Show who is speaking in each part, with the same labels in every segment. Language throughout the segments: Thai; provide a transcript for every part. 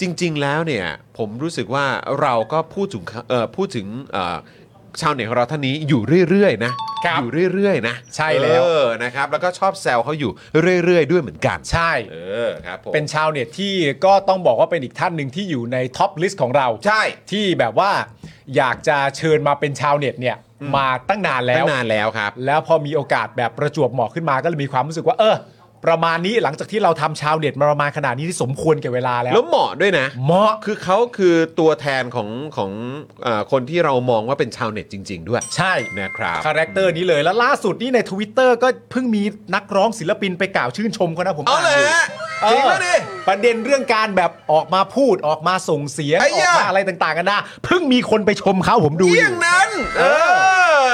Speaker 1: จริง ๆ แล้วเนี่ยผมรู้สึกว่าเราก็พูดถึงเอ่อพูดถึงเอ่อชาวเน็ตของเราท่านนี้อยู่เรื่อยๆนะครับ อยู่เรื่อยๆนะ
Speaker 2: ใช่แล้ว
Speaker 1: เออนะครับ แล้วก็ชอบแซวเขาอยู่เรื่อย ๆ ด้วยเหมือนกัน
Speaker 2: ใช่
Speaker 1: เออครับผม
Speaker 2: เป็นชาวเน็ตที่ก็ต้องบอกว่าเป็นอีกท่านหนึ่งที่อยู่ในท็อปลิสต์ของเรา
Speaker 1: ใช่
Speaker 2: ที่แบบว่าอยากจะเชิญมาเป็นชาวเน็ตเนี่ยมาตั้งนานแล้
Speaker 1: ตั้
Speaker 2: ว
Speaker 1: งนานแล้วครับ
Speaker 2: แล้วพอมีโอกาสแบบประจวบเหมาะขึ้นมาก็เลยมีความรู้สึกว่า เออ ประมาณนี้หลังจากที่เราทำชาวเน็ตมาประมาณขนาดนี้ที่สมควรแก่เวลาแล้ว
Speaker 1: แล้วเหมาะด้วยนะ
Speaker 2: เหมาะ
Speaker 1: คือเขาคือตัวแทนของของเออคนที่เรามองว่าเป็นชาวเน็ตจริง ๆ ด้วย
Speaker 2: ใช่
Speaker 1: นะครับ
Speaker 2: คาแรคเตอร์นี้เลยแล้วล่าสุดนี่ใน Twitter ก็เพิ่งมีนักร้องศิลปินไปกล่าวชื่นชมเขานะผม
Speaker 1: เอา
Speaker 2: น
Speaker 1: เลยฮะ
Speaker 2: อ
Speaker 1: จ
Speaker 2: ยู่
Speaker 1: ริงแล้วดิ
Speaker 2: เออประเด็นเรื่องการแบบออกมาพูดออกมาส่งเสียงอ
Speaker 1: ไอ้
Speaker 2: อก
Speaker 1: ยะ
Speaker 2: มาอะไรต่างๆกันนะเพิ่งมีคนไปชมเขาผมดูอ
Speaker 1: เยี่ยง
Speaker 2: ยู่
Speaker 1: นั้น เออ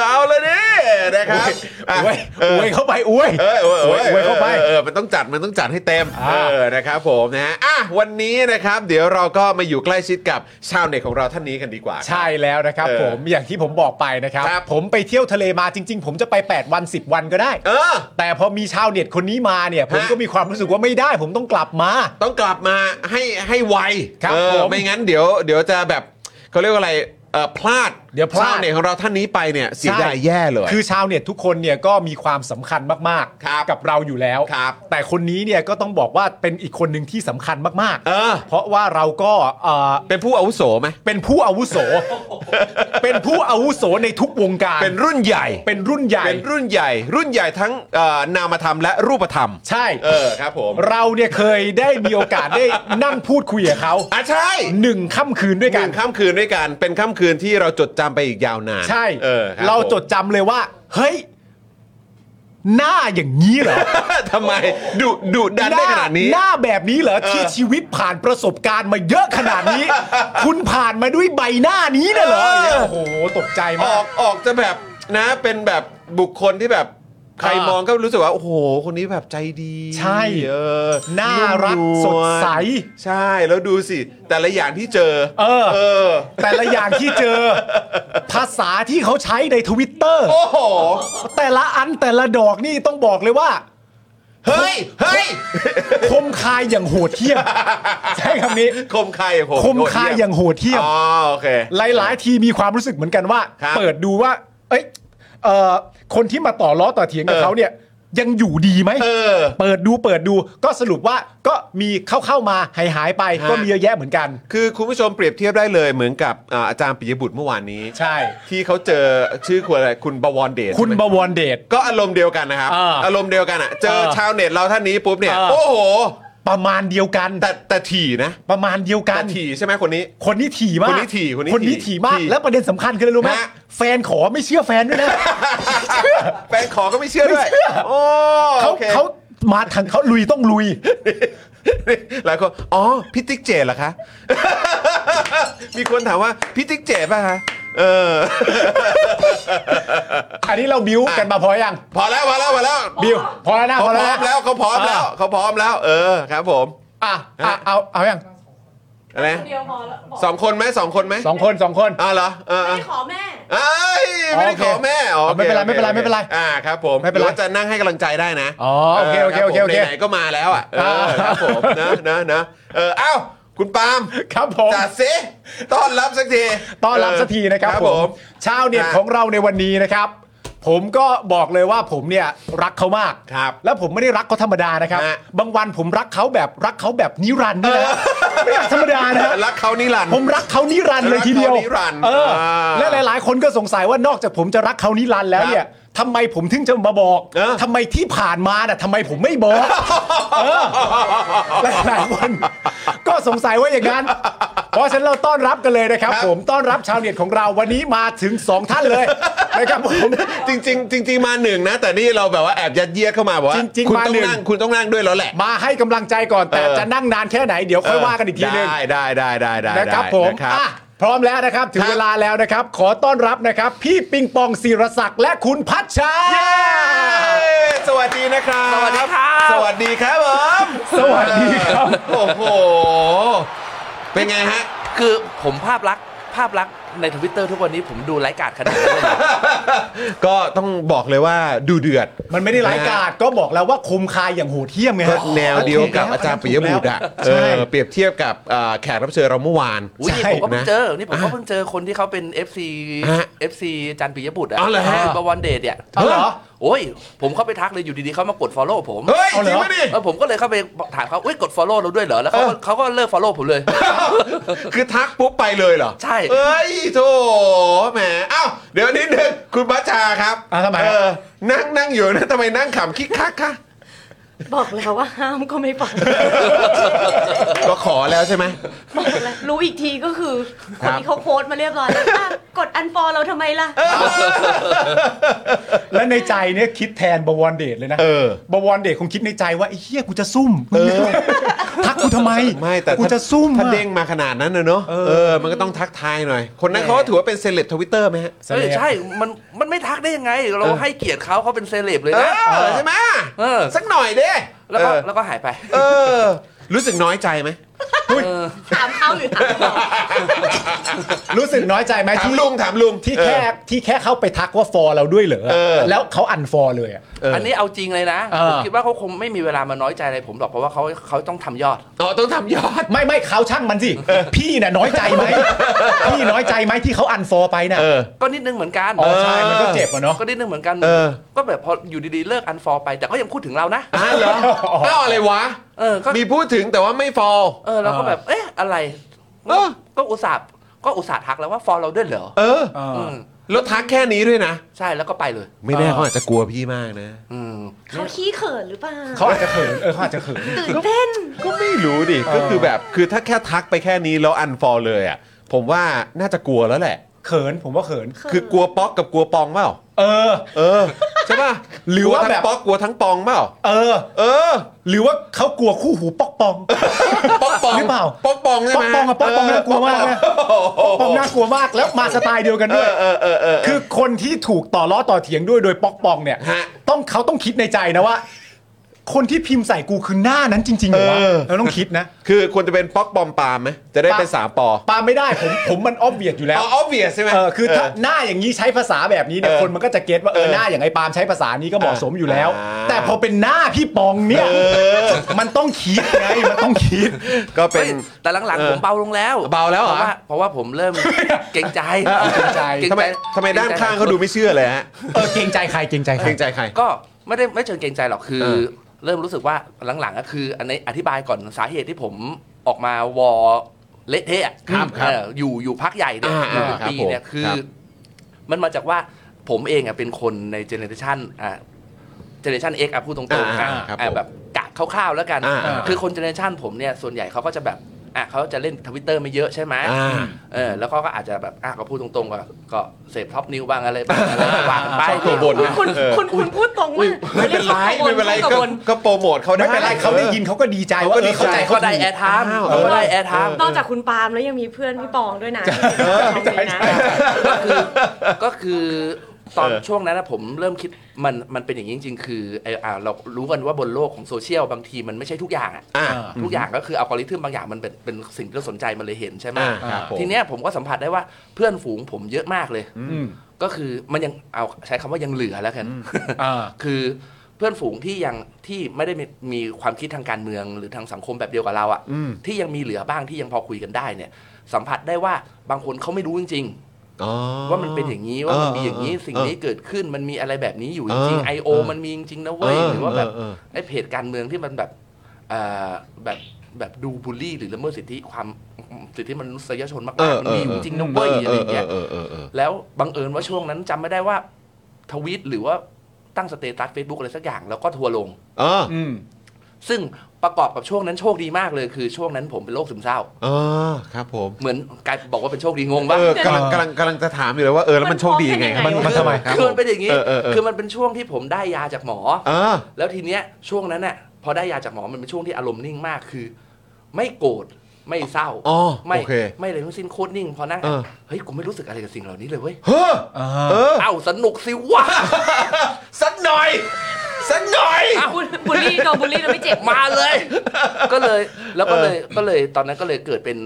Speaker 1: เอาเลยดินะครับะ
Speaker 2: โอ้ย
Speaker 1: เออ
Speaker 2: โอ้ยเข้าไปโอ้ย
Speaker 1: เออเออเออ
Speaker 2: โอ้ยเข้าไป
Speaker 1: ออออมันต้องจัดมันต้องจัดให้เต็ม
Speaker 2: อ่า
Speaker 1: เออนะครับผมนะฮะอ่ะวันนี้นะครับ เดี๋ยวเราก็มาอยู่ใกล้ชิดกับชาวเน็ตของเราท่านนี้กันดีกว่า
Speaker 2: ใช่แล้วนะครับ
Speaker 1: เออ
Speaker 2: ผมอย่างที่ผมบอกไปนะครับ
Speaker 1: ครับ
Speaker 2: ผมไปเที่ยวทะเลมาจริง ๆ ผมจะไป 8 วัน 10 วันก็ได้
Speaker 1: เออ
Speaker 2: แต่พอมีชาวเน็ตคนนี้มาเนี่ย ผม
Speaker 1: ฮะ
Speaker 2: ก็มีความรู้สึกว่าไม่ได้ ผมต้องกลับมา
Speaker 1: ต้องกลับมาให้ให้ไว
Speaker 2: ครับ
Speaker 1: เออ
Speaker 2: ผม
Speaker 1: ไม่งั้นเดี๋ยวเดี๋ยวจะแบบเขาเรียกว่าอะไรเออพลาด
Speaker 2: เดี๋ยวพลาด
Speaker 1: ชาวเน็ตของเราท่านนี้ไปเนี่ยเสียดาย
Speaker 2: ใช่
Speaker 1: แย่เลย
Speaker 2: คือชาวเน็ตทุกคนเนี่ยก็มีความสำคัญมาก
Speaker 1: ครับ
Speaker 2: กับเราอยู่แล้ว
Speaker 1: ครับ
Speaker 2: แต่คนนี้เนี่ยก็ต้องบอกว่าเป็นอีกคนหนึ่งที่สำคัญมาก
Speaker 1: เออ
Speaker 2: เพราะว่าเราก็เอ่อ
Speaker 1: เป็นผู้อาวุโสไหม
Speaker 2: เป็นผู้อาวุโส เป็นผู้อาวุโสในทุกวงการ
Speaker 1: เป็นรุ่นใหญ่
Speaker 2: เป็นรุ่นใหญ่
Speaker 1: เป็นรุ่นใหญ่ รุ่นใหญ่ทั้งเอ่อนามธรรมและรูปธรรม
Speaker 2: ใช่
Speaker 1: เออครับผม
Speaker 2: เราเนี่ยเคยได้มีโอกาสได้นั่งพูดคุยกับเขา
Speaker 1: อ่ะใช่
Speaker 2: หนึ่งค่ำคืนด้วย
Speaker 1: ห
Speaker 2: กั
Speaker 1: นึ่
Speaker 2: น
Speaker 1: งค่ำคืนด้วยกัน เป็นค่ำคืนที่เราจดจำไปอีกยาวนาน
Speaker 2: ใช่
Speaker 1: เออคบ
Speaker 2: เราจด
Speaker 1: ผม
Speaker 2: จำเลยว่า เฮ้ย หน้าอย่างนี้เหรอ
Speaker 1: ทำไม ดุดุดันได้ขนาดนี้
Speaker 2: หน้าแบบนี้เหรอ ที่ชีวิตผ่านประสบการณ์มาเยอะขนาด นี้ คุณผ่านมาด้วยใบหน้านี้นะเหรอ
Speaker 1: เออ
Speaker 2: โอ้โห ตกใจ
Speaker 1: อ
Speaker 2: มา
Speaker 1: อก กออกจะแบบนะเป็นแบบบุคคลที่แบบใคร
Speaker 2: อ่าม
Speaker 1: มองก็รู้สึกว่า โอ้โห คนนี้แบบใจดี
Speaker 2: ใช่
Speaker 1: เออ
Speaker 2: น่ารัก
Speaker 1: นุ่มนวล
Speaker 2: สดใส
Speaker 1: ใช่แล้วดูสิ แต่ละอย่างที่เจอ
Speaker 2: เออ
Speaker 1: เออ
Speaker 2: แต่ละอย่างที่เจอ ภาษาที่เขาใช้ในทวิตเตอร์
Speaker 1: โอ้โห
Speaker 2: แต่ละอันแต่ละดอกนี่ต้องบอกเลยว่า
Speaker 1: เฮ้ย เฮ้ย
Speaker 2: คมคายอย่างโหดเหี้ยม ใช้คำนี้
Speaker 1: คมคายผม
Speaker 2: คมคายอย่างโหดเหี้ยม
Speaker 1: อ๋อโอเค
Speaker 2: หลาย ๆ ทีมีความรู้สึกเหมือนกันว่า
Speaker 1: ครับ
Speaker 2: เปิดดูว่า เอ้ยเอ่อคนที่มาต่อล้อต่อเถียงกับ
Speaker 1: เออ
Speaker 2: เขาเนี่ย ยังอยู่ดีไหม
Speaker 1: เออ
Speaker 2: เปิดดูเปิดดูก็สรุปว่าก็มีเข้าเข้าๆมาหายหายๆไป
Speaker 1: ฮะ
Speaker 2: ก็มีเยอะแยะเหมือนกัน
Speaker 1: คือคุณผู้ชมเปรียบเทียบได้เลยเหมือนกับอ่าอาจารย์ปิยบุตรเมื่อวานนี้
Speaker 2: ใช่
Speaker 1: ที่เขาเจอชื่อคุณอะไรคุณบวรเดช
Speaker 2: คุณ
Speaker 1: ใช่ไห
Speaker 2: บ
Speaker 1: ม
Speaker 2: วรเดช
Speaker 1: ก็อารมณ์เดียวกันนะครับ
Speaker 2: เออ
Speaker 1: อารมณ์เดียวกันอ่ะ เจอ
Speaker 2: เออ
Speaker 1: ชาวเน็ตเราท่านนี้ปุ๊บเนี่ย
Speaker 2: เออ
Speaker 1: โอ้โห
Speaker 2: ประมาณเดียวกัน
Speaker 1: แต่แต่ถี่นะ
Speaker 2: ประมาณเดียวกั
Speaker 1: แต่
Speaker 2: น
Speaker 1: ถี่ใช่ไหมคนนี้
Speaker 2: คนนี้ถี่มาก
Speaker 1: คนนี้ถี่คนนี้
Speaker 2: คนนี้
Speaker 1: ถี่
Speaker 2: ถี่มาก
Speaker 1: ถี่
Speaker 2: และประเด็นสำคัญคืออะไรรู้ไหม
Speaker 1: ฮะ
Speaker 2: แฟนขอไม่เชื่อแฟนด้วยนะ
Speaker 1: แฟนขอก็ไม่เชื่อด้วย
Speaker 2: ไม่เชื่อ
Speaker 1: โอ้
Speaker 2: เขา
Speaker 1: โอค
Speaker 2: เขามาทางเขาลุยต้องลุย
Speaker 1: หลายคนอ๋อพี่ติ๊กเจดเหรอคะ มีคนถามว่าพี่ติ๊กเจดป่ะคะเออ
Speaker 2: อันนี้เราบิ้วกันมาพอยัง
Speaker 1: พอแล้วพอแล้วพอแล้ว
Speaker 2: บิ้วพอแล้วนะ
Speaker 1: เขา
Speaker 2: พอ
Speaker 1: พร้อ
Speaker 2: แล้
Speaker 1: ม
Speaker 2: ว
Speaker 1: แล้
Speaker 2: นะ
Speaker 1: วเขาพร้อมแล้วเขาพร้อมแล้ว เออครับผม
Speaker 2: อ่ะอ่ะเอาเอายัง
Speaker 1: อะไร
Speaker 3: คนเดียวพอแล้วบอก
Speaker 1: สองคนไหมสองคนไหม
Speaker 2: สองคนสองคน
Speaker 1: อ่าวเหรอเออเอ
Speaker 3: ไม่
Speaker 1: อ
Speaker 3: ได้ขอแม่
Speaker 1: เอ้ยไม่ได้ขอแม่อ๋อ
Speaker 2: โอเค
Speaker 1: โอค
Speaker 2: ไม่เป็นไรไม่เป็นไร
Speaker 1: โอคอ่าครับผม
Speaker 2: ไม่เป็นไร
Speaker 1: หอว่าจะนั่งให้กำลังใจได้นะ
Speaker 2: อ๋อโอเคโอเคโอเคโอเค
Speaker 1: ครับผมไหนๆก็มาแล้วอ่ะเออ
Speaker 2: อ่า
Speaker 1: ครับผมนะนะนะเออเอ้าคุณปาล์ม
Speaker 2: ครับผม
Speaker 1: จัดสิต้อนรับสักที
Speaker 2: ต้อนรับสักทีนะครับผม ชาวเน็ตของเราในวันนี้นะครับ ผมก็บอกเลยว่าผมเนี่ยรักเขามาก
Speaker 1: ครับ
Speaker 2: แล้วผมไม่ได้รักเขาธรรมดานะครับ
Speaker 1: ฮะ
Speaker 2: บางวันผมรักเขาแบบรักเขาแบบนิรันดร์ด้วยนะไม่รักธรรมดานะ
Speaker 1: รักเขานิรันดร์
Speaker 2: ผมรักเขานิรันดร์เลยทีเดียว
Speaker 1: รักเขานิรันดร์
Speaker 2: เอออา และหลาย ๆ คนก็สงสัยว่านอกจากผมจะรักเขานิรันดร์แล้วเนี่ยทำไมผมถึงจะมาบอก
Speaker 1: เออ
Speaker 2: ทำไมที่ผ่านมาน่ะทำไมผมไม่บอกเออหลายๆคนก็สงสัยว่าอย่างนั้น เพราะฉะนั้นเราต้อนรับกันเลยนะครับ ผมต้อนรับชาวเน็ตของเราวันนี้มาถึงสองท่านเลยนะครับผม
Speaker 1: จริง ๆ จริง ๆ มาหนึ่งนะ แต่นี่เราแบบว่าแอบยัดเยียดเข้ามาบอกว่า
Speaker 2: จริงๆ
Speaker 1: คุณ
Speaker 2: มา
Speaker 1: ต้อง
Speaker 2: หนึ่ง
Speaker 1: นั่งคุณต้องนั่งด้วยแล้วแหละ
Speaker 2: มาให้กำลังใจก่อนแต่
Speaker 1: เออ
Speaker 2: จะนั่งนานแค่ไหนเดี๋ยวค่อยว่ากันอีกทีหนึง
Speaker 1: ได้ได้ได้ได้ได้
Speaker 2: นะครับ
Speaker 1: ได้
Speaker 2: ผม
Speaker 1: นะครั
Speaker 2: อ่ะ
Speaker 1: บ
Speaker 2: พร้อมแล้วนะครับ ถึ
Speaker 1: ค
Speaker 2: ง
Speaker 1: รับ
Speaker 2: เวลาแล้วนะครับ ขอต้อนรับนะครับ พี่ปิงปองศิรศักดิ์และคุณพัชชา
Speaker 1: สวัสดีนะครับสวัสดีครับ สวัสดีครับผม
Speaker 2: สวัสดีครับ
Speaker 1: โอ้โห เป็นไงฮะ
Speaker 4: คือผมภาพลักษณ์ภาพลักษณ์
Speaker 3: ในทวิตเตอร์ทุกวันนี้ผมดูไร้กาดขนาดนั้นเลยเหรอ
Speaker 1: ก็ต้องบอกเลยว่าดูเดือด
Speaker 2: มันไม่ได้ร้ายกาดก็บอกแล้วว่าคมคายอย่างโหดเหี้ยมไง
Speaker 1: ก็
Speaker 2: ฮะ
Speaker 1: แนวเดียวกับอาจารย์ปิยบุตรอ่ะเอ
Speaker 2: ใช่
Speaker 1: อเปรียบเทียบกับอ่าแขกรับเชิญเราเมื่อวาน
Speaker 3: อุ้ยนี่
Speaker 2: ใช่
Speaker 3: ผมก็เพิ่ง
Speaker 1: นะ
Speaker 3: เจอ นี่ผมก็เพิ่งเจอคนที่เขาเป็น FC
Speaker 1: ฮะ
Speaker 3: FC จันปิยบุตรอะ
Speaker 1: อ๋อเหรอฮะ
Speaker 3: บวรเดชเนี่ย
Speaker 2: อ๋อเหรอ
Speaker 3: โอ้ย ผมเข้าไปทักเลยอยู่ดีๆเขามากด follow ผม
Speaker 1: เฮ้ย
Speaker 2: เอาเห
Speaker 1: จ
Speaker 2: รอ
Speaker 1: ริงปะดิ
Speaker 3: แล้วผมก็เลยเข้าไปถามเขาอุ้ยกด follow เราด้วยเหรอ แล้วเขาก็
Speaker 1: เออ
Speaker 3: เขาก็เลิก follow ผมเลย
Speaker 1: คือทักปุ๊บไปเลยเหรอ
Speaker 3: ใช่
Speaker 1: เอ้ยโถแหมอ้าวเดี๋ยวนิดนึงคุณบัชชาครับ
Speaker 2: อ่ะทำไม
Speaker 1: เออนั่งนั่งอยู่นะทำไมนั่งขำคิกคัก คะ
Speaker 4: บอกแล้วว่าห้ามก็ไม่ฟัง
Speaker 1: ก็ขอแล้วใช่ไหม
Speaker 4: บอกแล้วรู้อีกทีก็คือ
Speaker 1: ค
Speaker 4: ครับ นที่เขาโพสต์มาเรียบร้อยแล้วอ่ะกดอันฟอลเราทำไมล่ะ
Speaker 2: และในใจเนี่ยคิดแทนบวรเดชเลยนะ
Speaker 1: เออ
Speaker 2: บวรเดชคงคิดในใจว่าไอ้เหี้ยกูจะซุ่มทักกูทำไม
Speaker 1: ไม่แต่
Speaker 2: กู
Speaker 1: ถ้า
Speaker 2: จะซุ่ม
Speaker 1: ถ้า
Speaker 2: อะ
Speaker 1: เด้งมาขนาดนั้นนะเนอะ
Speaker 2: เออ
Speaker 1: เออ มันก็ต้องทักทายหน่อย คนนั้นเขาก็ถือว่าเป็นเซเลบทวิตเตอร์ไหมฮะ
Speaker 2: เส
Speaker 3: เฮ้ย
Speaker 2: น่ห์
Speaker 3: ใช่ มันมันไม่ทักได้ยังไง เราให้เกียรติเขาเขาเป็นเซเลบเลย
Speaker 1: เอ
Speaker 3: นะ
Speaker 1: อใช่ไหม
Speaker 3: เออ
Speaker 1: สักหน่อยเด้
Speaker 3: แล้วก็
Speaker 1: เออ
Speaker 3: แล้วก็หายไป
Speaker 1: เออ รู้สึกน้อยใจไหม
Speaker 4: ถามเขาหรือถามเรา
Speaker 2: รู้สึกน้อยใจไหม
Speaker 1: ถาม
Speaker 2: ที่
Speaker 1: ลุงถามลุง
Speaker 2: ที่
Speaker 1: เออ
Speaker 2: แค่ที่แค่เข้าไปทักว่าฟอเราด้วยเหรอ
Speaker 1: เออ
Speaker 2: แล้วเขาอันฟอเลยอะ
Speaker 1: เอออั
Speaker 3: อันนี้เอาจริงเลยนะ
Speaker 2: เออ
Speaker 3: ผมคิดว่าเขาคงไม่มีเวลามาน้อยใจอะไรผมหรอกเพราะว่าเขาเขาต้องทำยอด
Speaker 1: อ๋อต้องทำยอด
Speaker 2: ไม่ไม่เขาช่างมัน สิพี่น่ะน้อยใจ ไหมพี่น้อยใจไหมที่เขาอันฟอไปน่ะ
Speaker 1: เออ
Speaker 3: ก็นิดนึงเหมือนกัน
Speaker 2: อ๋อใช่มันก็เจ็บอะเนาะ
Speaker 3: ก็นิดนึงเหมือนกัน
Speaker 1: เออ
Speaker 3: ก็แบบพออยู่ดีๆ เลิกอันฟอลไป แต่ก็ยังพูดถึงเรานะ
Speaker 1: อ้าวเหรออ้าวอะไรวะ
Speaker 3: เออ ก็
Speaker 1: มีพูดถึงแต่ว่าไม่ฟอล
Speaker 3: เออเราก็แบบ เอ๊ะ อะไร
Speaker 1: เออ
Speaker 3: ก็อุตส่าห์ ก็อุตส่าห์ทักแล้วว่าฟอลเราด้วยเหรอ
Speaker 1: เออ
Speaker 3: อืม
Speaker 1: แล้วทักแค่นี้ด้วยนะ
Speaker 3: ใช่ แล้วก็ไปเลย
Speaker 1: ไม่แน่เขาอาจจะกลัวพี่มากนะ
Speaker 3: อืม
Speaker 4: เขาขี้เขินหรือเปล่า
Speaker 2: เขาอาจจะเขินเออเขาอาจจะเขิน
Speaker 4: ตื่นเต้น
Speaker 1: ก็ไม่รู้ดิ ก็คือแบบ คือถ้าแค่ทักไปแค่นี้แล้วอันฟอลเลยอ่ะ ผมว่าน่าจะกลัวแล้วแหละ
Speaker 2: เขินผมว่าเขิน
Speaker 1: คือกลัวป๊อกกับกลัวปองเปล่า
Speaker 2: เออ
Speaker 1: เออ ใช่ป่ะ หรือว่าทั้งป๊อกกลัวทั้งปองเปล่า
Speaker 2: เออ
Speaker 1: เออ
Speaker 2: หรือว่าเขากลัวคู่หูปอกปอง
Speaker 1: ป๊อกปอง
Speaker 2: หรือเปล่า
Speaker 1: ป๊อกปองใช่
Speaker 2: ปอ
Speaker 1: ไห
Speaker 2: ก
Speaker 1: ม
Speaker 2: ปองอะปอกปองน่ากลัวมากนะปอกปองน่ากลัวมากแล้วมาสไตล์เดียวกันด้วย
Speaker 1: เออเออเออ
Speaker 2: คือคนที่ถูกต่อล้อต่อเถียงด้วยโดยปอกปองเนี่ย
Speaker 1: ฮะ
Speaker 2: ต้องเขาต้องคิดในใจนะว่า คนที่พิมพ์ใส่กูคือหน้านั้นจริงๆเหรอวะ
Speaker 1: เออ
Speaker 2: เราต้องคิดนะ
Speaker 1: คือควรจะเป็นป๊อกปอมปามไหมจะได้เป็นสามปอ
Speaker 2: ปาไม่ได้ผมผมมันออบเวียดอยู่แล้ว
Speaker 1: อ๋อ obvious ใช่ไหม
Speaker 2: เออคือถ้าหน้าอย่างนี้ใช้ภาษาแบบนี้เนี่ย
Speaker 1: เออ
Speaker 2: คนมันก็จะเก็ตว่าเออ
Speaker 1: เออ
Speaker 2: หน้าอย่างไอ้ปาล์มใช้ภาษานี้ก็เหมาะสมอยู่แล้ว
Speaker 1: อ่า
Speaker 2: แต่พอเป็นหน้าพี่ปองเนี่ยมันต้องคิดไงมันต้องคิด
Speaker 1: ก็เป็น
Speaker 3: ฮ้ยแต่หลัง
Speaker 1: เออ
Speaker 3: ๆ ผมเบาลงแล้ว
Speaker 1: เบาแล้วเหรอ
Speaker 3: พราะาเพราะว่าผมเริ่มเกรงใจ
Speaker 2: เกรงใจ
Speaker 1: ทำไมทำไมด้านข้างเขาดูไม่เชื่อเลยฮะ
Speaker 2: เออเกรงใจใครเกรงใจใค
Speaker 1: เก
Speaker 2: ร
Speaker 1: รงใจใคร
Speaker 3: ก็ไม่ได้ไม่เชิงเกรงใจหรอก คือ
Speaker 1: เออ
Speaker 3: เริ่มรู้สึกว่าหลังๆก็คือ อันนี้อธิบายก่อนสาเหตุที่ผมออกมาวอเละเทะ
Speaker 1: ครับครับ
Speaker 3: เอ่ออยู่อยู่พักใหญ่เนี่ย
Speaker 1: อ่า
Speaker 3: อยู่เป็น
Speaker 1: ครับ
Speaker 3: ปีเนี่ย
Speaker 1: ผม
Speaker 3: คือ
Speaker 1: ครับ
Speaker 3: มันมาจากว่าผมเองอะเป็นคนในเจเนอเรชันอ่ะเจเนอเรชันเอ็กอะพูดตรงๆ
Speaker 1: อ่า
Speaker 3: อ่ะ
Speaker 1: ครับผ
Speaker 3: อ่ะ
Speaker 1: ม
Speaker 3: แบบกะคร่าวๆแล้วกัน
Speaker 1: อ่า
Speaker 3: คือคนเจเนอเรชันผมเนี่ยส่วนใหญ่เขาก็จะแบบอ่ะเขาจะเล่นทวิตเตอร์ไม่เยอะใช่ไหม
Speaker 1: อ่า
Speaker 3: เออแล้วเขาก็อาจจะแบบอ่ะก็พูดตรงๆก็ก็เสพท็อปนิวบ้างอะไรบ้างอะไรบ้างไป
Speaker 1: ชอบตัวบนนะ
Speaker 4: คุณ
Speaker 1: เออ
Speaker 4: คุณคุณพูดตรงมาก
Speaker 1: ไม่เป็นไรไม่เป็นไร
Speaker 4: กัง
Speaker 1: ก็
Speaker 4: วล
Speaker 1: ก็โปรโมทเขาได้
Speaker 2: ไม่เป็นไรเขาได้ยินเขาก็ดีใจว่าเออ
Speaker 1: เขาก็ดีใจ
Speaker 2: เข้าใจ
Speaker 3: ก็
Speaker 2: เขา
Speaker 3: ได้
Speaker 2: ได้
Speaker 3: แอร์ไทม์
Speaker 1: อ้าว
Speaker 3: ก็ได้แอร์ไทม์
Speaker 4: นอกจากคุณปาล์มแล้วยังมีเพื่อนพี่ปองด้วยนะที่เป็นน้อง
Speaker 2: ใช่
Speaker 4: นี่
Speaker 2: ใช่
Speaker 4: นะ
Speaker 3: ก็คือก็คือตอน
Speaker 1: เออ
Speaker 3: ช่วงนั้นนะผมเริ่มคิดมันมันเป็นอย่างนี้จริง ๆ คือไอ้อ่าเรารู้กันว่าบนโลกของโซเชียลบางทีมันไม่ใช่ทุกอย่างอะ
Speaker 1: อ่า
Speaker 3: ทุกอย่างก็คืออัลกอริทึมบางอย่างมันเป็นเป็นสิ่งที่เราสนใจมันเลยเห็นใช่ไหม
Speaker 1: อ่าครับผม
Speaker 3: ทีเนี้ยผมก็สัมผัสได้ว่าเพื่อนฝูงผมเยอะมากเลย
Speaker 2: อืม
Speaker 3: ก็คือมันยังเอาใช้คำว่ายังเหลือแล้วกัน
Speaker 2: อ่า
Speaker 3: คือเพื่อนฝูงที่ยังที่ไม่ได้มีมีความคิดทางการเมืองหรือทางสังคมแบบเดียวกับเรา
Speaker 1: อืม
Speaker 3: อะ่ะที่ยังมีเหลือบ้างที่ยังพอคุยกันได้เนี่ย สัมผัสได้ว่าบางคนเขาไม่รู้จริง
Speaker 1: อ๋อ
Speaker 3: ๆ ว่ามันเป็นอย่างนี้ว่ามันมีอย่างนี้สิ่งนี้เกิดขึ้นมันมีอะไรแบบนี้อยู่จริง
Speaker 1: เออ
Speaker 3: ๆไอโอ
Speaker 1: เออ
Speaker 3: มันมีจริงๆนะเว้ย
Speaker 1: เออ
Speaker 3: หรือว่าแบบ
Speaker 1: เออเออ
Speaker 3: ไอเพจการเมืองที่มันแบบเอ่อแบบแบบดูบูลลี่ หรือละเมิดสิทธิความสิทธิมนุษยชนมาก
Speaker 1: เออ
Speaker 3: ๆมัน
Speaker 1: เออ
Speaker 3: มีอยู่จริงนะเว้ยอะไรอย่างเงี้ย
Speaker 1: เออเออเออ
Speaker 3: แล้วบังเอิญว่าช่วงนั้นจำไม่ได้ว่าทวีตหรือว่าตั้งสเตตัส Facebook อะไรสักอย่างแล้วก็ทัวร์ลง
Speaker 1: เออ
Speaker 2: อืม
Speaker 3: ซึ่งประกอบกับช่วงนั้นโชคดีมากเลยคือช่วงนั้นผมเป็นโรคซึมเศร้า
Speaker 1: เออครับผม
Speaker 3: เหมือนกลายบอกว่าเป็นโชคดีงง
Speaker 1: เอ
Speaker 3: ปะ
Speaker 1: อกำลังกำลังกำลังจะถามอยู่เลยว่าเออแล้วมันโชคดียังไงครับ
Speaker 4: มัน
Speaker 1: มันทำไมครับ
Speaker 3: คือมันเป็นอย่าง
Speaker 1: นี้
Speaker 3: นี้
Speaker 1: เออเออเออ
Speaker 3: คือมันเป็นช่วงที่ผมได้ยาจากหมอ
Speaker 1: เออ
Speaker 3: แล้วทีเนี้ยช่วงนั้นน่ะพอได้ยาจากหมอมันเป็นช่วงที่อารมณ์นิ่งมากคือ ไม่โกรธไม่เศร้า
Speaker 1: อ๋อ
Speaker 3: ไม่
Speaker 1: โอเค
Speaker 3: ไม่อะไรทั้งสิ้นโคตรนิ่งพอนั่ง
Speaker 1: เออ
Speaker 3: เฮ้ยกูไม่รู้สึกอะไรกับสิ่งเหล่านี้เลยเว้ย
Speaker 1: เฮ้อ
Speaker 2: อ่า
Speaker 1: เออ
Speaker 3: เอ้าสนุกสิวะ
Speaker 1: สักหน่อยสักหน่อย
Speaker 4: บุลบุลลี่โดนบุลลี่แล้วไม่เจ็บ
Speaker 3: มาเลย ก็เลยแล้วก็เลยก็เลยตอนนั้นก็เลยเกิดเป็น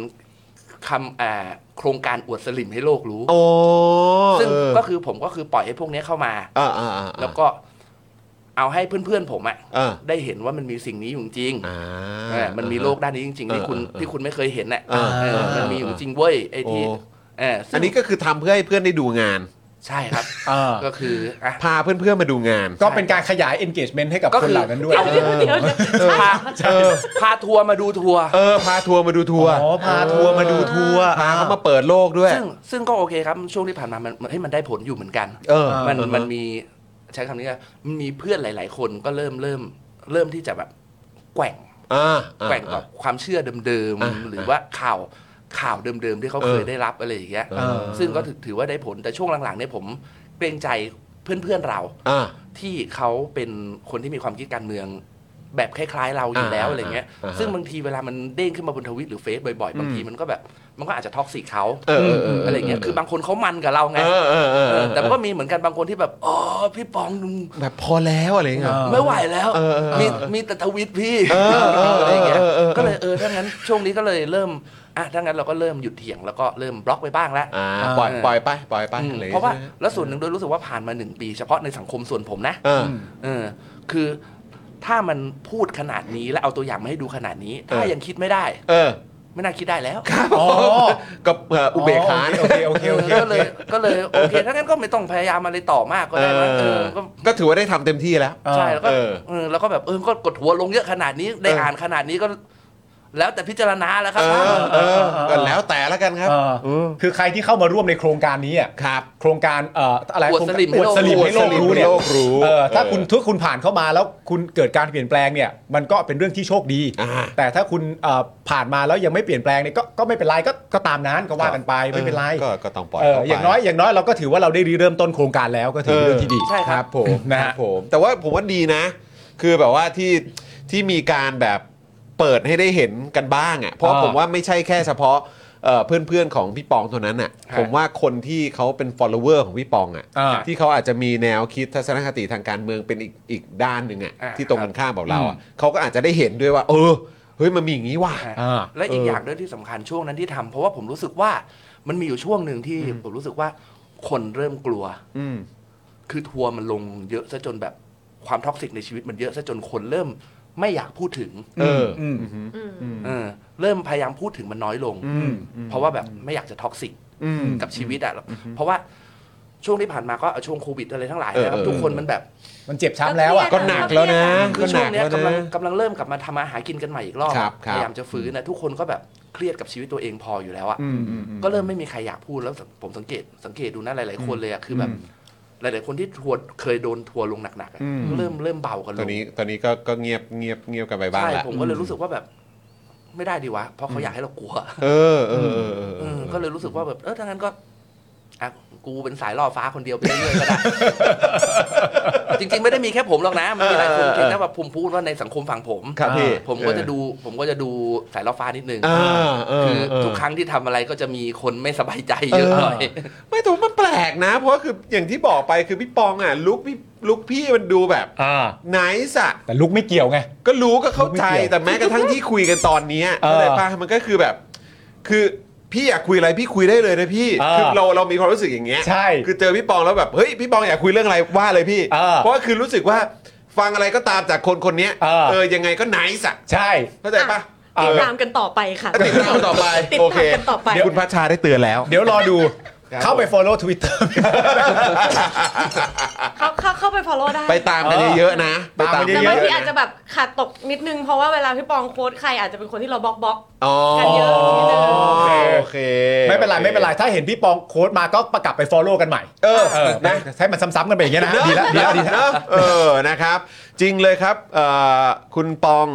Speaker 3: ค คำอ่าโครงการอวดสลิมให้โลกรู้
Speaker 1: โอ้
Speaker 3: ซึ่ง
Speaker 1: เออ
Speaker 3: ก็คือผมก็คือปล่อยให้พวกเนี้ยเข้ามา
Speaker 1: อ่าอ่าอ่าอ่า
Speaker 3: แล้วก็เอาให้เพื่อนๆผมอะ
Speaker 1: เออ
Speaker 3: ได้เห็นว่ามันมีสิ่งนี้อยู่จริง
Speaker 1: อ่า
Speaker 3: เออมันมีโลกด้านนี้จริงๆที่คุณ
Speaker 1: เออเออเออ
Speaker 3: ที่คุณไม่เคยเห็นน่ะ
Speaker 1: เออ
Speaker 3: เออมันมีอยู่จริงเว้ยไอ้ที่
Speaker 1: โอ้
Speaker 3: เออซึ่ง
Speaker 1: อันนี้ก็คือทำเพื่อให้เพื่อนได้ดูงาน
Speaker 3: ใช่ครับ
Speaker 2: เออ
Speaker 3: ก็คืออ่ะ
Speaker 1: พาเพื่อนๆมาดูงาน
Speaker 2: ก็เป็นการขยาย engagement ให้กับ
Speaker 3: ก็
Speaker 2: ค
Speaker 3: คื
Speaker 2: น
Speaker 3: อ
Speaker 2: เหล่านั้นด้วย
Speaker 4: เดี๋ยวเดี๋ยวเดี๋ยวเดี๋ยว
Speaker 3: พา
Speaker 1: เออ
Speaker 3: พาทัวร์มาดูทัวร์
Speaker 1: เออ พาทัวร์มาดูทัวร์
Speaker 2: อ๋อพาทัวร์มาดูทัวร์
Speaker 1: พาเขามาเปิดโลกด้วย
Speaker 3: ซึ่งซึ่งก็โอเคครับช่วงที่ผ่านมามันมันให้ยมันได้ผลอยู่เหมือนกัน
Speaker 1: เออ
Speaker 3: มันมันมีใช้คำนี้ว่ามันมีเพื่อนหลาย ๆ คนก็เริ่มเริ่มเริ่มที่จะแบบแกว่ง
Speaker 1: อ่า
Speaker 3: แกว่งกับความเชื่อเดิม
Speaker 1: อ่า
Speaker 3: ๆ หรือว่าข่าวข่าวเดิมๆ ที่เขา
Speaker 1: เออ
Speaker 3: เคยได้รับอะไรอย่างเงี้ย
Speaker 1: เออ
Speaker 3: ซึ่งก็ถือถือว่าได้ผลแต่ช่วงหลังๆเนี่ยผมเกรงใจเพื่อนๆเรา
Speaker 1: อ่า
Speaker 3: ที่เขาเป็นคนที่มีความคิดการเมืองแบบคล้ายๆ เราอยู่
Speaker 1: อ่า
Speaker 3: แล้วอะไรเงี้ย
Speaker 1: อ่าฮะ
Speaker 3: ซึ่งบางทีเวลามันเด้งขึ้นมาบนทวิตหรือเฟซบ่อยๆ บางทีมันก็แบบมันก็อาจจะท็อกซิกเขา
Speaker 1: เออเออเออ
Speaker 3: อะไรเงี้ยคือบางคนเขามันกับเราไง
Speaker 1: เออเออเออ
Speaker 3: เอ
Speaker 1: เอ
Speaker 3: อ
Speaker 1: อ
Speaker 3: แต่มันก็มีเหมือนกันบางคนที่แบบอ๋อพี่ปอง
Speaker 1: แบบพอแล้วอะไรเงี้ย
Speaker 3: ไม่ไหวแล้ว
Speaker 1: เออเออเออ
Speaker 3: มีมีแต่ทวิตพี่
Speaker 1: เออเออ
Speaker 3: อะ
Speaker 1: เอ
Speaker 3: ไร
Speaker 1: อ
Speaker 3: เงี้ย
Speaker 1: เออเออ
Speaker 3: ก็เลยเออถ้างั้นช่วงนี้ก็เลยเริ่มอ่ะถ้างั้นเราก็เริ่มหยุดเถียงแล้วก็เริ่มบล็อกไปบ้างแล้ว
Speaker 1: อ่าปล่อยปล่อยไปปล่อยไป
Speaker 3: อืม
Speaker 1: อไงี้ย
Speaker 3: เพราะว่า
Speaker 1: ใช่ไหม
Speaker 3: แล้วส่วนหนึ่งโดยรู้สึกว่าผ่านมาหนึ่งปี เฉพาะในสังคมส่วนผมนะ
Speaker 1: เออ
Speaker 3: เออคือถ้ามันพูดขนาดนี้และเอาตัวอย่างมาให้ดูขนาดนี้ ถ้า
Speaker 1: เออ
Speaker 3: ยังคิดไม่ได้
Speaker 1: เออ
Speaker 3: ไม่น่าคิดได้แล้ว
Speaker 2: อ๋อ
Speaker 1: กับเอ่ออุเบกขานะ
Speaker 2: โอเคโอเคโอเค
Speaker 3: เออก็เลยก็เลยโอเคถ้างั้นก็ไม่ต้องพยายามอะไรต่อมากก็
Speaker 1: เอ
Speaker 3: ได้นะเอ
Speaker 1: อ
Speaker 3: อก็
Speaker 1: ก็ถือว่าได้ทำเต็มที่แล้ว
Speaker 2: เออ
Speaker 3: ใช่แล้วก็
Speaker 1: เออ
Speaker 3: เออแล้วก็แบบเออก็กดหัวลงเยอะขนาดนี้ได้อ่านขนาดนี้ก็ แล้วแต่พิจารณาแล้วครั
Speaker 1: เอบ อเออ
Speaker 2: เออ
Speaker 1: ก็แล้วแต่ละกันครับ
Speaker 2: เออคือใครที่เข้ามาร่วมในโครงการนี้อ่ะ
Speaker 1: ครับ
Speaker 2: โครงการเอ่ออะไร
Speaker 3: อวดสลิมให้
Speaker 2: อวด
Speaker 3: โลก
Speaker 2: สลิมให้โลกรู้เนี่
Speaker 1: อวดสลิมให้
Speaker 2: ย
Speaker 1: โลกรู้
Speaker 2: เออถ้า
Speaker 1: เออ
Speaker 2: คุณทุกคุณผ่านเข้ามาแล้วคุณเกิดการเปลี่ยนแปลงเนี่ยมันก็เป็นเรื่องที่โชคดี
Speaker 1: อ่า
Speaker 2: แต่ถ้าคุณเอ่อผ่านมาแล้วยังไม่เปลี่ยนแปลงเนี่ยก็ก็ไม่เป็นไรก็ก็ตามนั้นก็ว่ากันไปไม่เป็นไร
Speaker 1: ก็ก็ต้องปล่อย
Speaker 2: เออ
Speaker 1: เขาไป
Speaker 2: อย่างน้อยอย่างน้อยเราก็ถือว่าเราได้ริเริ่มต้นโครงการแล้วก็ถือเป็นเรื่องที่ดี
Speaker 3: ใช่ครับ
Speaker 1: ผม
Speaker 2: นะฮะ
Speaker 1: ครับผมแต่ว่าผมว่าดีนะ คือแบบว่าที่ที่มีการแบบเปิดให้ได้เห็นกันบ้างอะ่ะเพราะ
Speaker 2: อ่า
Speaker 1: ผมว่าไม่ใช่แค่เฉพาะเพื่อนเพื่อนๆของพี่ปองเท่านั้นอ่ะ
Speaker 3: ครับ
Speaker 1: ผมว่าคนที่เขาเป็น follower ของพี่ปองอ่ะ
Speaker 2: อ่า
Speaker 1: ที่เขาอาจจะมีแนวคิดทัศนคติทางการเมืองเป็นอีกอีกด้านหนึ่งอ่ะ
Speaker 3: อ่า
Speaker 1: ที่ตรงกันข้ามกับเราอ่ะเขาก็อาจจะได้เห็นด้วยว่า เออเฮ้ยมันมีอย่างนี้ว่ะ
Speaker 3: ฮะ
Speaker 2: อ่า
Speaker 3: และอีก
Speaker 1: เอออ
Speaker 3: อย่างด้วยที่สำคัญช่วงนั้นที่ทำเพราะว่าผมรู้สึกว่ามันมีอยู่ช่วงหนึ่งที่ผมรู้สึกว่าคนเริ่มกลัว
Speaker 1: อืม
Speaker 3: คือทัวร์มันลงเยอะซะจนแบบความท็อกซิกในชีวิตมันเยอะซะจนคนเริ่มไม่อยากพูดถึง
Speaker 1: เอออ
Speaker 2: อืม
Speaker 4: อืม
Speaker 3: เออเริ่มพยายามพูดถึงมันน้อยลง
Speaker 1: อืม
Speaker 3: เพราะว่าแบบไม่อยากจะท็อกซิก
Speaker 1: อืม
Speaker 3: กับชีวิตอ่ะเพราะว่าช่วงที่ผ่านมาก็ช่วงโควิดอะไรทั้งหลาย
Speaker 1: เออ
Speaker 3: นะครับ
Speaker 1: เออ
Speaker 3: ทุกคนมันแบบ
Speaker 2: มันเจ็บช้ำแล้วอ่ะ
Speaker 1: ก็หนักแล้วนะ
Speaker 3: คื
Speaker 1: ก็
Speaker 3: อ
Speaker 1: ห
Speaker 3: ช่ว
Speaker 1: นั
Speaker 3: ง
Speaker 1: ก
Speaker 3: เนี้ย
Speaker 1: แล้ว
Speaker 3: กำลัง
Speaker 1: นะ
Speaker 3: กำลังเริ่มกลับมาทำมาหากินกันใหม่อีกรอบ
Speaker 1: ครับครับ
Speaker 3: พยายามจะฟื้นนะทุกคนก็แบบเครียดกับชีวิตตัวเองพออยู่แล้วอ่ะ
Speaker 1: อืมอืมอืม
Speaker 3: ก็เริ่มไม่มีใครอยากพูดแล้วสังผมสังเกตสังเกตดูนะหลาย ๆ คนเลยอะคือแบบ หลาย ๆ คนที่ทัวร์เคยโดนทัวร์ลงหนักๆอะ
Speaker 1: อืม
Speaker 3: เริ่มเริ่มเบากันล
Speaker 1: ตอน
Speaker 3: ง
Speaker 1: นี้ตอนนี้ก็ก็เงียบเงียบเงียบกันไปบ้าง
Speaker 3: ใช่
Speaker 1: ละ
Speaker 3: ผมก็เลยรู้สึกว่าแบบ ไม่ได้ดีวะ เพราะเขาอยากให้เรากลัว
Speaker 1: เออเออเออเออ
Speaker 3: เออก็เลยรู้สึกว่าแบบเออถ้างั้นก็อ่ะกูเป็นสายล่อฟ้าคนเดียวไปเรื่อย ๆก็ได้ จริง ๆ ไม่ได้มีแค่ผมหรอกนะมันมีหลายคนคิดนะแบบผมพูดว่าในสังคมฝั่งผม
Speaker 1: ครับพี่
Speaker 3: ผมก็จะดู ผมก็จะดูสายล่อฟ้านิดนึง
Speaker 1: เออเออ
Speaker 3: คือ
Speaker 1: เออ
Speaker 3: ทุกครั้งที่ทำอะไรก็จะมีคนไม่สบายใจเยอะหน่อย
Speaker 1: ไม่แต่ว่ามันแปลกนะ เพราะว่าคืออย่างที่บอกไปคือพี่ปองอ่ะลุกพี่ลุกพี่มันดูแบบ
Speaker 2: อ่า
Speaker 1: ไนส์อะ
Speaker 2: แต่ลุกไม่เกี่ยวไง
Speaker 1: ก็รู้ก็เข้าใจ
Speaker 2: ไม่เกี่ยว
Speaker 1: แต่แม้กระทั่งที่คุยกันตอนเนี้ย
Speaker 2: เออ
Speaker 1: เข้าใจป่ะมันก็คือแบบ คือพี่อยากคุยอะไรพี่คุยได้เลยนะพี่
Speaker 2: เออ
Speaker 1: คือเราเรามีความรู้สึกอย่างเงี้ย
Speaker 2: ใช่
Speaker 1: คือเจอพี่ปองแล้วแบบเฮ้ยพี่ปองอยากคุยเรื่องอะไรว่าเลยพี่
Speaker 2: เออ
Speaker 1: เพราะว่าคือรู้สึกว่าฟังอะไรก็ตามจากคนคนเนี้ย
Speaker 2: เออ
Speaker 1: เออยังไงก็ไนส์อะ
Speaker 2: ใช่
Speaker 1: เข้าใจป่ะ
Speaker 4: ติดตามกันต่อไปค่ะ
Speaker 1: ติดตามต่อไป
Speaker 4: ติด
Speaker 1: โอเค
Speaker 4: ตามกันต่อไป
Speaker 1: คุณพัชชาได้เตือนแล้ว
Speaker 2: เดี๋ยวรอดู
Speaker 1: ครับ
Speaker 2: เข้าไป
Speaker 1: ผม
Speaker 2: follow Twitter
Speaker 4: เข้าเข้าเข้าไป follow ได้
Speaker 1: ไปตามกันเยอะๆนะไปตาม
Speaker 4: แต่
Speaker 1: กันเย
Speaker 4: บาง
Speaker 1: อะ
Speaker 4: ทีอาจจะแบบขาดตกนิดนึง เพราะว่าเวลาพี่ปองโค้ดใครอาจจะเป็นคนที่เราบล็อกบล็อก
Speaker 1: ๆอ๋อ
Speaker 4: กันเยอะนิดนึง
Speaker 1: โอเค
Speaker 2: ไม่เป็นไรไม่เป็นไร ถ้าเห็นพี่ปองโค้ดมาก็ประกลับไป follow กันใหม่
Speaker 1: เออ
Speaker 2: เออนะให้มันซ้ำๆกันไปอย่างเงี้ยนะ
Speaker 1: เนอะ
Speaker 2: ดีแล้วดีแล้วดีแล้ว
Speaker 1: เนอะเออนะครับ จริงเลยครับเอ่อคุณปอง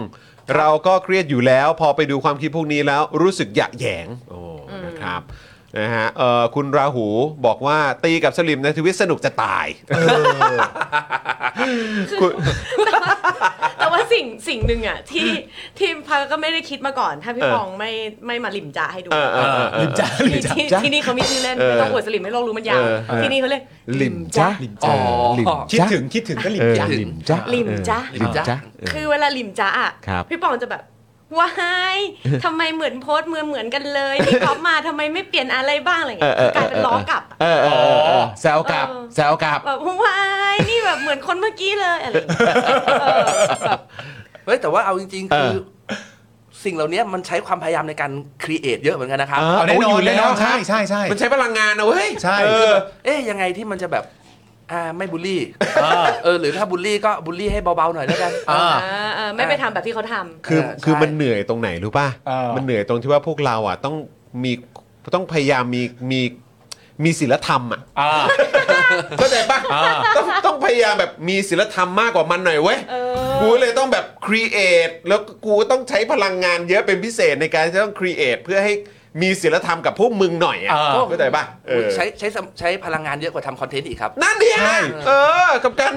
Speaker 1: เราก็เครียดอยู่แล้ว พอไปดูความคิดพวกนี้แล้วรู้สึกหยะแหยงโอ้นะครับนะฮะเอ่อคุณราหูบอกว่าตีกับสลิมในทวิตสนุกจะตาย คุณ
Speaker 4: แต่ว่าสิ่งสิ่งหนึ่งอ่ะที่ที่พักก็ไม่ได้คิดมาก่อน ถ้าพี่
Speaker 1: เออ
Speaker 4: ปองไม่ไม่มาหลิมจ่าให้ดู
Speaker 1: เออเออเออเอ
Speaker 2: ลิ
Speaker 1: อ
Speaker 2: มจ้าลิม
Speaker 4: ที่
Speaker 2: จ้า
Speaker 4: ที่ที่นี่เขามีชื่อเล่น
Speaker 1: เออ
Speaker 4: ไม่ต้องอวดสลิมให้โลกรู้มันยาว
Speaker 1: เออเออ
Speaker 4: ที่นี่เขาเรียก
Speaker 1: ลิมจ้า
Speaker 2: ลิมจ้า
Speaker 1: ลิม
Speaker 2: คิด
Speaker 1: จ้า
Speaker 2: ถึงคิดถึงก็ลิม
Speaker 1: เออ
Speaker 2: จ้า
Speaker 1: ลิมจ้า
Speaker 4: ลิมจ้า
Speaker 1: ลิมจ้า
Speaker 4: คือเวลาหลิมจ้าอ่ะ
Speaker 1: ครับ
Speaker 4: พี่ปองจะแบบ ว้ายทำไมเหมือนโพสต์เหมือนเหมือนกันเลย ที่ก๊อฟมาทำไมไม่เปลี่ยนอะไรบ้างอะไรอย่างเงี้ยกลายเป็นล้อกลับอะ
Speaker 1: เออเออเออเออแซวกลับแซวกลับ
Speaker 4: แบบว้ายนี่แบบเหมือนคนเมื่อกี้เลยอะไรอย่างเงี้ยเออแบบ
Speaker 3: เฮ้ยแต่ว่าเอาจริง ๆ คือ
Speaker 1: เออ
Speaker 3: สิ่งเหล่านี้มันใช้ความพยายามในการครีเอทเยอะเหมือนกันนะครับ
Speaker 1: เอาแน่นอน
Speaker 2: ยู่แล้ว
Speaker 1: แน่นอนครับ
Speaker 2: ใช่ใช่ใช่
Speaker 1: มันใช้พลังงานนะเว้ย
Speaker 2: ใช่
Speaker 1: เออ
Speaker 3: เอ๊ยยังไงที่มันจะแบบ อ่าไม่บูลลี่
Speaker 2: อ่า
Speaker 3: เออหรือถ้าบูลลี่ก็บูลลี่ให้เบาๆหน่อยแล้วกัน
Speaker 2: อ่า
Speaker 4: เออเออไม่ไปทำแบบที่เขาทำ
Speaker 1: คือ
Speaker 3: เออใช่
Speaker 1: คือมันเหนื่อยตรงไหนรู้ป่ะ
Speaker 2: เออ
Speaker 1: มันเหนื่อยตรงที่ว่าพวกเราอ่ะต้องมีต้องพยายามมีมีมีศีลธรรมอ่ะ
Speaker 2: อ่า
Speaker 1: เข้าใจป่ะ
Speaker 2: อ่า
Speaker 1: ต้องต้องพยายามแบบมีศีลธรรมมากกว่ามันหน่อยเว้ย
Speaker 4: เออ
Speaker 1: กูเลยต้องแบบครีเอทแล้วกูต้องใช้พลังงานเยอะเป็นพิเศษในการที่ต้องครีเอทเพื่อให้มีศีลธรรมกับพวกมึงหน่อยอ่ะ
Speaker 2: เออ
Speaker 1: เข้าใจป่ะเออ
Speaker 3: ใช้ใช้สมใช้พลังงานเยอะกว่าทำคอนเทนต์อีกครับ
Speaker 1: นั่นเนี่ยเออกับการ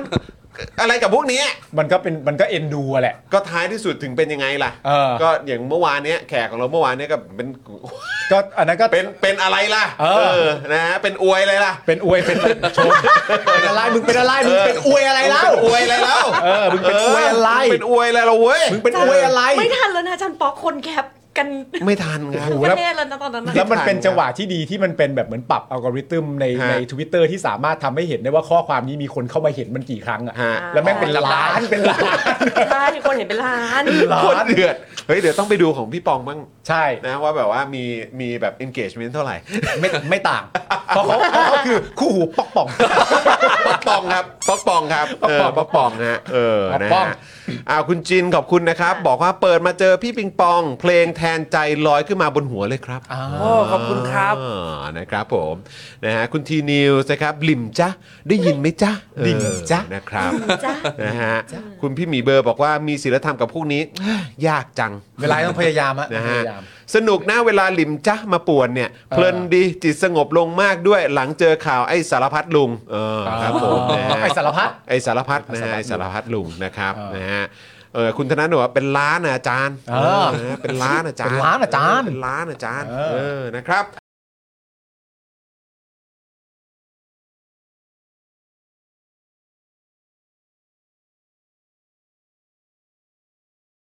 Speaker 1: อะไรกับพวกเนี้ย
Speaker 2: มันก็เป็นมันก็เอ็นดูอะแหละ
Speaker 1: ก็ท้ายที่สุดถึงเป็นยังไงล่ะ
Speaker 2: เออ
Speaker 1: ก็อย่างเมื่อวานเนี้ยแขกของเราเมื่อวานเนี้ยก็เป็น
Speaker 2: ก็อันนั้นก็
Speaker 1: เป็นเป็นอะไรล่ะ
Speaker 2: เออ
Speaker 1: นะฮะเป็นอวยอะไรล่ะ
Speaker 2: เป็นอวยเป็นชมเป็นอะไรมึงเป็นอะไรมึงเป็นอวยอะไรแล้ว
Speaker 1: มึงเป็นอวยอะไรแล้ว
Speaker 2: เออมึงเป็นอวยอะไร
Speaker 1: มึงเป็นอวยอะไรเราเว้ย
Speaker 2: มึงเป็นอวยอะไร
Speaker 4: ไม่ทันแล้วนะอาจันป๊อกคนแคปกัน
Speaker 1: ไม่ทันครับ
Speaker 4: ทั้
Speaker 2: โอ้
Speaker 4: ง
Speaker 2: โห
Speaker 4: ป
Speaker 2: แล้ว
Speaker 4: ระเทศแล้วนะตอนนั้นนะ
Speaker 2: แล้วมันเป็นจังหวะที่ดีที่มันเป็นแบบเหมือนปรับอัลกอริทึมใน
Speaker 1: ฮะ
Speaker 2: ในทวิตเตอร์ที่สามารถทำให้เห็นได้ว่าข้อความนี้มีคนเข้ามาเห็นมันกี่ครั้งอะ
Speaker 1: ฮะ
Speaker 2: แล้วแม่งเป็น
Speaker 4: อ๋อ
Speaker 2: ล้านเป็นล้าน
Speaker 4: ใช่คนเห็นเป็นล้าน
Speaker 2: ล้า
Speaker 1: โคน
Speaker 2: น
Speaker 1: เดือดเฮ้ยเดี๋ยวต้องไปดูของพี่ปองบ้าง
Speaker 2: ใช่
Speaker 1: นะว่าแบบว่ามีมีแบบ engagement เท่าไหร่
Speaker 2: ไม่ไม่ต่างเพราะเขาเพราะเขาคือคู่หูปอกป่อง
Speaker 1: ป๊อกปองครับป๊อกปองครับเออป๊อกปองฮะเออ
Speaker 2: ป๊
Speaker 1: นะ
Speaker 2: อกปอง
Speaker 1: ฮะอ้าวคุณจินขอบคุณนะครับ บอกว่าเปิดมาเจอพี่ปิงปอง เพลงแทนใจลอยขึ้นมาบนหัวเลยครับ
Speaker 2: อ่า
Speaker 3: โอ้ขอบคุณครับ
Speaker 1: อ่านะครับผมนะฮะคุณทีนิวส์นะครับลิมจ้ะได้ยินไหมจ๊ะ
Speaker 2: ลิ่มจ๊ะ
Speaker 1: เออนะครับ
Speaker 4: จ้ะ
Speaker 1: นะฮะคุณพี่หมีเบอร์บอกว่ามีศีลธรรมกับพวกนี้ ยากจัง
Speaker 2: เวลาต้องพยายามอะ
Speaker 1: นะ
Speaker 2: พ
Speaker 1: ฮะ
Speaker 2: ยายาม
Speaker 1: สนุกนะเวลาลิมจ้ะมาป่วนเนี่ยเพลินดีจิตสงบลงมากด้วยหลังเจอข่าวไอ้สารพัดลุงเออครับผมนะฮะ
Speaker 2: ไอสารพัด
Speaker 1: ไอ้สารพัดนะฮะไอ้สารพัดลุงนะครับ
Speaker 2: เออ
Speaker 1: นะฮะเออคุณธนาหนูว่าเป็นล้านนะอาจารย์
Speaker 2: เออ
Speaker 1: เออเป็นล้านอาจารย์
Speaker 2: เป็นล้านอาจารย์
Speaker 1: เป็นล้านอาจารย์เออนะครับ